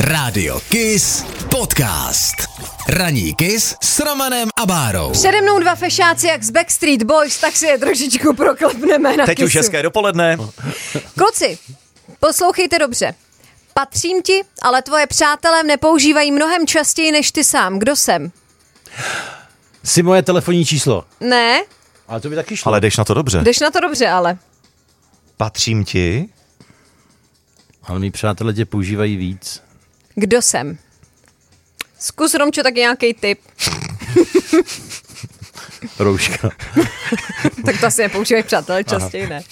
Rádio KIS Podcast. Raní KIS s Romanem a Bárou. Přede mnou dva fešáci jak z Backstreet Boys, tak si je trošičku proklepneme na Teď už kysu. hezké dopoledne. Kluci, poslouchejte dobře. Patřím ti, ale tvoje přátelé mne používají mnohem častěji než ty sám. Kdo jsem? si moje telefonní číslo. Ne, Ale to by taky šlo. Ale jdeš na to dobře. jdeš na to dobře, ale. Patřím ti. ale mý přátelé tě používají víc. Kdo jsem? Zkus, Romčo, tak nějaký tip. Rouška. Tak to asi nepoužívají přátelé častěji, ne?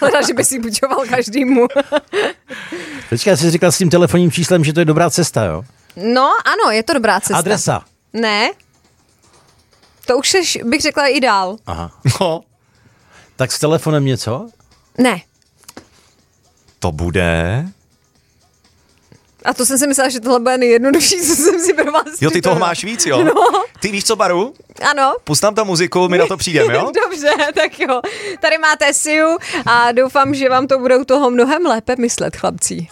Hledá, že by si půjčoval každému. Teďka jsi říkal s tím telefonním číslem, že to je dobrá cesta, jo? No, ano, je to dobrá cesta. Adresa. Ne. To už seš, bych řekla, i dál. Aha. No, Tak s telefonem něco? Ne. to bude. A to jsem si myslela, že tohle bude nejjednodušší, co jsem si pro vás Jo, ty toho připravila. máš víc, jo? No. Ty víš co, Baru? Ano. Pust nám tam muziku, my na to přijdeme, jo? Dobře, tak jo. Tady máte Siu a doufám, že vám to budou toho mnohem lépe myslet, chlapci.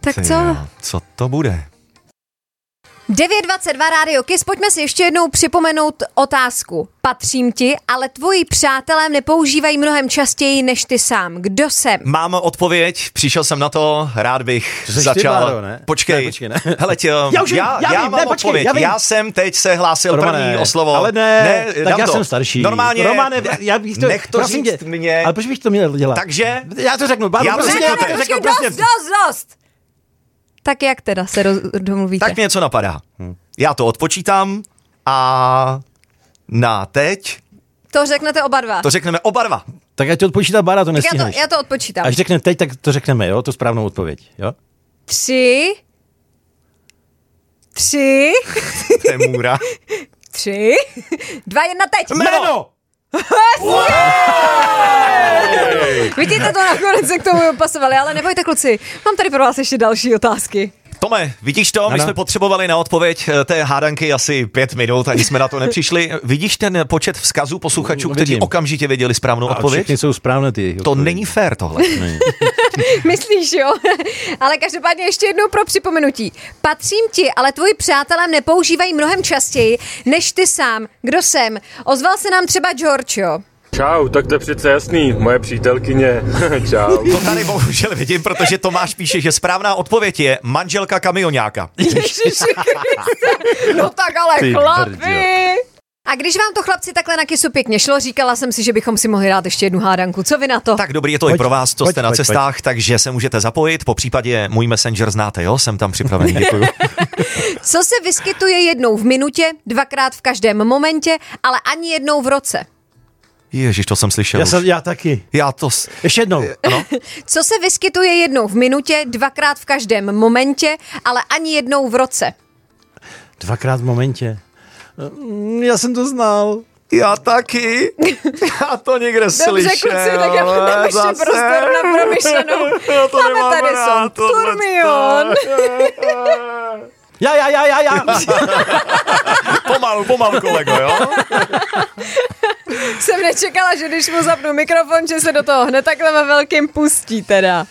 Tak Ty co? jo, Co to bude? 9.22 Rádio Kiss, pojďme si ještě jednou připomenout otázku. Patřím ti, ale tvoji přátelé nepoužívají mnohem častěji než ty sám. Kdo jsem? Mám odpověď, přišel jsem na to, rád bych jsi ty, začal. Báro, ne? Počkej, Ne, počkej, ne. Hele, tě, já, už vím, já, já já vím, mám ne, počkej, odpověď. já vím. jsem teď se hlásil Romane, první o slovo. Ale ne, ne tak dám já to. jsem starší. Normálně, Romane, já bych to, nech to prosím říct tě, mě. Ale proč bych to měl dělat? Takže, já to řeknu, Báro, Já to prosím řeknu tě, teď. já to Počkej, řeknu, dost, prostě. dost, dost! Tak jak teda se roz, domluvíte? tak mě něco napadá. Hm. Já to odpočítám a na teď To řeknete oba dva. to řekneme oba dva. Tak já ti odpočítá Bára, to tak já nestíhneš. to, já to odpočítám. Až řekne teď, tak to řekneme, jo? To správnou odpověď, jo? Tři, tři, To je můra. tři, dva, jedna, teď. No, Jméno! Vidíte to nakonec, jak tomu pasovali, ale nebojte kluci, mám tady pro vás ještě další otázky. Tome, vidíš to? My Ano. jsme potřebovali na odpověď eh, té hádanky asi pět minut, ani jsme na to nepřišli. Vidíš ten eh, počet vzkazů posluchačů, No, kteří vidím. okamžitě věděli správnou A odpověď? všichni jsou správné ty. To odpovědi. není fér tohle. Myslíš, jo? ale každopádně ještě jednou pro připomenutí. Patřím ti, ale tvoji přátelé nepoužívají mnohem častěji, než ty sám. Kdo jsem? Ozval se nám třeba George, jo? Čau, tak to je přece jasný, moje přítelkyně. Čau. To tady bohužel vidím, protože Tomáš píše, že správná odpověď je manželka kamionáka. Ježiši Kriste. No tak ale Ty chlapi. A když vám to chlapci takhle na kysu pěkně šlo, říkala jsem si, že bychom si mohli dát ještě jednu hádanku. Co vy na to? Tak dobrý je to i Pojď, pro vás, co pojď, jste na pojď, pojď. cestách, takže se můžete zapojit. Po případě můj messenger znáte, jo? Jsem tam připravený. Děkuju. Co se vyskytuje jednou v minutě, dvakrát v každém momentě, ale ani jednou v roce? Ježíš, to jsem slyšel. Já, už. jsem, já taky. Já to... s- Ještě jednou. No, Co se vyskytuje jednou v minutě, dvakrát v každém momentě, ale ani jednou v roce? Dvakrát v momentě. Mm, Já jsem to znal. já taky. Já to někde Dobře, kluci, tak já vám dám ještě prostor na promyšlenou. Máme tady song Turmion. Já, já, já, já, já. Pomalu, pomalu, kolego, jo? Jsem nečekala, že když mu zapnu mikrofon, že se do toho hned takhle ve velkým pustí teda.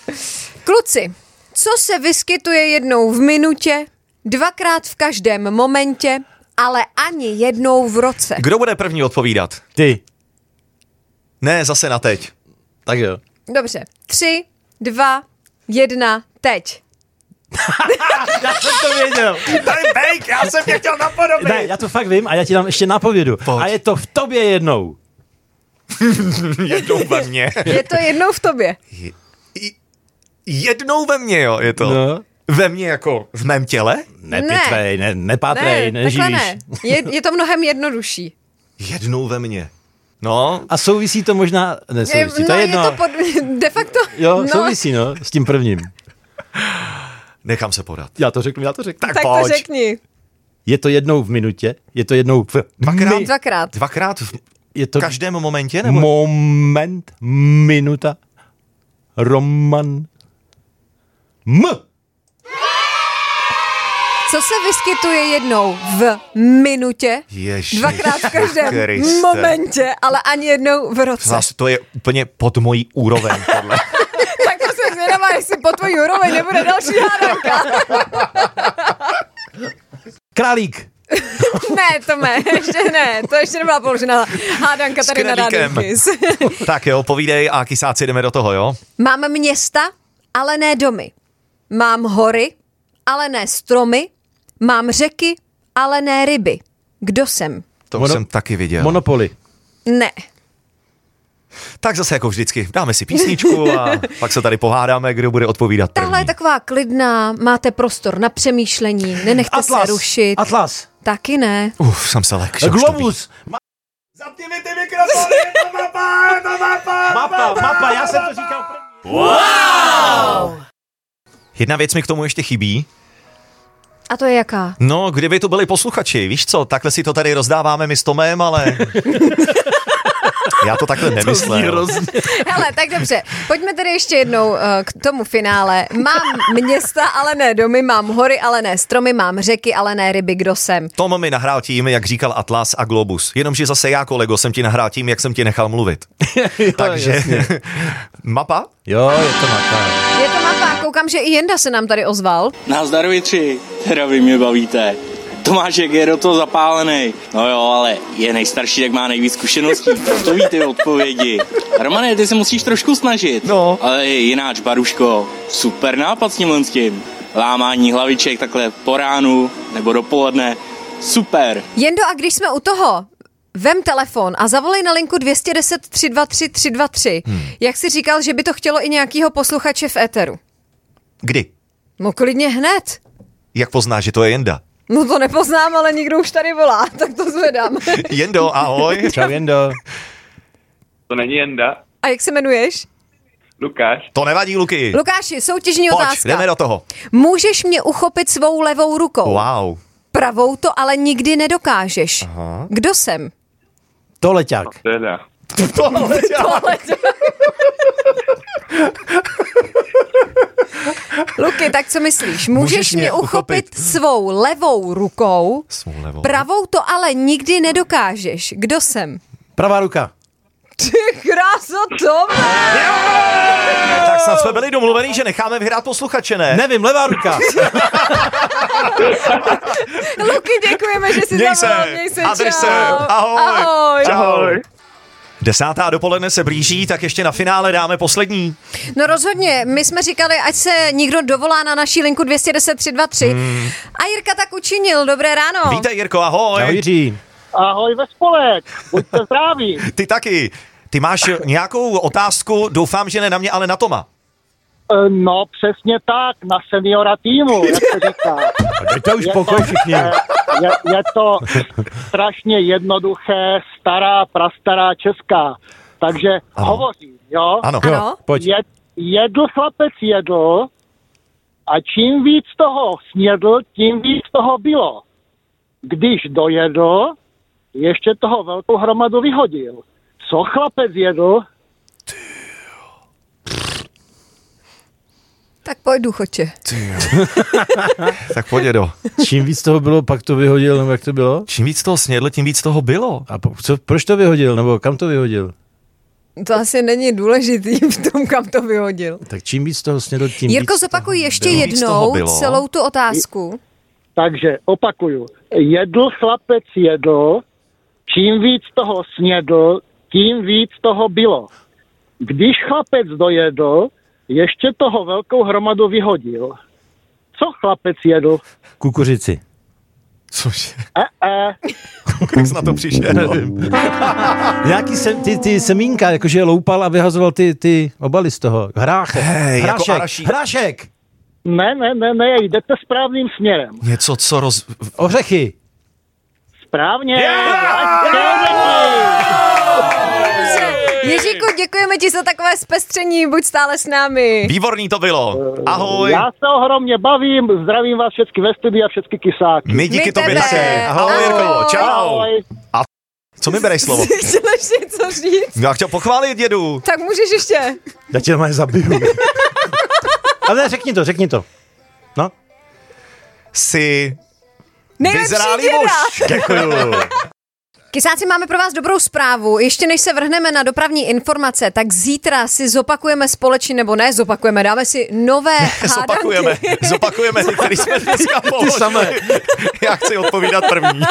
Kluci, co se vyskytuje jednou v minutě, dvakrát v každém momentě, ale ani jednou v roce? Kdo bude první odpovídat? Ty. Ne, zase na teď. Tak jo. Dobře, tři, dva, jedna, teď. Já jsem to věděl. To je fake, já jsem tě chtěl napodobit. Ne, já to fakt vím a já ti dám ještě napovědu. Pojď. A je to v tobě jednou. Jednou ve mně. Je to jednou v tobě. Jednou ve mně, jo, je to. No. Ve mně jako v mém těle? Ne. Nepitvej, ne, nepátrej, ne, takhle neživíš. ne. Je, je to mnohem jednodušší. Jednou ve mně. No, A souvisí to možná, ne, souvisí, no, to je je jedno. to pod, de facto... Jo, no, souvisí, no, s tím prvním. nechám se podat. Já to řeknu, já to řeknu. Tak, tak to pojď. řekni. Je to jednou v minutě, je to jednou v Dvakrát? mi- Dvakrát. Dvakrát v je to každém momentě? Nebo... moment, minuta, Roman, M. Co se vyskytuje jednou v minutě, Ježiš dvakrát v každém Kriste. momentě, ale ani jednou v roce. Zas, to je úplně pod mojí úroveň. Tohle. tak to jsem zvědavá, jestli po tvojí úroveň nebude další hádanka. Králík. ne, to ne, ještě ne, to ještě nebyla položená hádanka tady na králíkem. Rádiu Kiss. Tak jo, povídej a kysáci jdeme do toho, jo? Mám města, ale ne domy. Mám hory, ale ne stromy. Mám řeky, ale ne ryby. Kdo jsem? To Mono- už jsem taky viděl. Monopoly. Ne. tak zase jako vždycky, dáme si písničku a pak se tady pohádáme, kdo bude odpovídat Tahle je první. taková klidná, máte prostor na přemýšlení, nenechte Atlas. se rušit. Atlas. Taky ne. Uf, jsem se lek. že už to vidím. Globus. Ma- Zapněme ty mikrofony, je to mapa, je to mapa, mapa, mapa, já jsem to říkal první. Jedna věc mi k tomu ještě chybí. A to je jaká? No, kdyby tu byli posluchači, víš co, takhle si to tady rozdáváme my s Tomem, ale... Já to takhle nemyslel. Hele, tak dobře, pojďme tedy ještě jednou uh, k tomu finále. Mám města, ale ne domy, mám hory, ale ne stromy, mám řeky, ale ne ryby, kdo jsem. Tom mi nahrál tím, jak říkal Atlas a Globus. Jenomže zase já, kolego, jsem ti nahrál tím, jak jsem ti nechal mluvit. Takže mapa? Jo, je to mapa. Je to mapa, koukám, že i Jenda se nám tady ozval. Nazdar vy tři, teda vy mě bavíte. Tomášek je do toho zapálený. No jo, ale je nejstarší, tak má nejvíc zkušeností. To ví ty odpovědi. Romane, ty se musíš trošku snažit. No. Ale jináč, Baruško, super nápad s tímhle s tím. Lámání hlaviček takhle po ránu nebo dopoledne. Super. Jendo, a když jsme u toho, vem telefon a zavolej na linku 210 323 323. Hmm. Jak jsi říkal, že by to chtělo i nějakýho posluchače v éteru. Kdy? No klidně hned. Jak poznáš, že to je Jenda? No to nepoznám, ale nikdo už tady volá, tak to zvedám. Jendo, ahoj. Čau, Jendo. To není Jenda, A jak se jmenuješ? Lukáš. To nevadí, Luky. Lukáši, soutěžní Pojď, otázka. jdeme do toho. Můžeš mě uchopit svou levou rukou. Wow. Pravou to ale nikdy nedokážeš. Aha. Kdo jsem? To leťák. Teda. Luky, tak co myslíš? Můžeš, Můžeš mě mě uchopit, uchopit. svou levou rukou, Svou levou. pravou to ale nikdy nedokážeš. Kdo jsem? Pravá ruka. Ty kráso, Tome! Tak snad jsme byli domluvený, že necháme vyhrát posluchače, ne? Nevím, levá ruka. Luky, děkujeme, že jsi Měj zavolal. se. Měj se, A drž čau. se. Ahoj. Ahoj. Čau. Desátá dopoledne se blíží, tak ještě na finále dáme poslední. No rozhodně, my jsme říkali, ať se někdo dovolá na naší linku 210 323. Hmm. A Jirka tak učinil, dobré ráno. Vítej, Jirko, No. ahoj. Čau, Jiří. Ahoj ve spolek, buďte zdraví. Ty taky. Ty máš nějakou otázku, doufám, že ne na mě, ale na Toma. E, No přesně tak, na seniora týmu, jak se říká. Dejte už pokoj všichni. E, Je, je to strašně jednoduché, stará, prastará česká. Takže Ano. hovoří, jo? Ano. Ano. Pojď. Je, jedl chlapec jedl a čím víc toho snědl, tím víc toho bylo. Když dojedl, ještě toho velkou hromadu vyhodil. Co chlapec jedl, Tak pojď důchodče. Tak pojď, do. Čím víc toho bylo, pak to vyhodil, nebo jak to bylo? Čím víc toho snědl, tím víc toho bylo. A po, co, proč to vyhodil, nebo kam to vyhodil? To asi není důležitý v tom, kam to vyhodil. Tak čím víc toho snědl, tím Jirko, víc zopakuj toho ještě bylo. Víc toho jednou bylo. celou tu otázku. Takže opakuju, jedl chlapec jedl, čím víc toho snědl, tím víc toho bylo. Když chlapec dojedl, ještě toho velkou hromadu vyhodil. Co chlapec jedl? Kukuřici. Cože? E, e, Jak jsi na to přišel? Nějaký se, ty, ty semínka, jakože loupal a vyhazoval ty, ty obaly z toho. Hrách. Hej, jako hrášek. arašík. hrášek. ne, ne, ne, ne, jdete správným směrem. Něco, co roz... Ořechy. Správně! Yeah! Dobře. Jiříku, děkujeme ti za takové zpestření, buď stále s námi. Výborný to bylo. Ahoj. Já se ohromně bavím, zdravím vás všechny ve studiu a všechny kysáky. My díky My tobě tebe. také. Ahoj, Ahoj. Jirko. Čau. Ahoj. Co mi bereš slovo? Jsi chtěl ještě něco říct? Já chtěl pochválit dědu. Tak můžeš ještě. Já tě normálně zabiju. Ale ne, řekni to, řekni to. No. Jsi Nejlepší vyzrálý děda. muž. Děkuju. Kysáci, máme pro vás dobrou zprávu. Ještě než se vrhneme na dopravní informace, tak zítra si zopakujeme společně, nebo ne, zopakujeme, dáme si nové hádanky. Zopakujeme, zopakujeme, ty, který jsme dneska položili. samé. Já chci odpovídat první.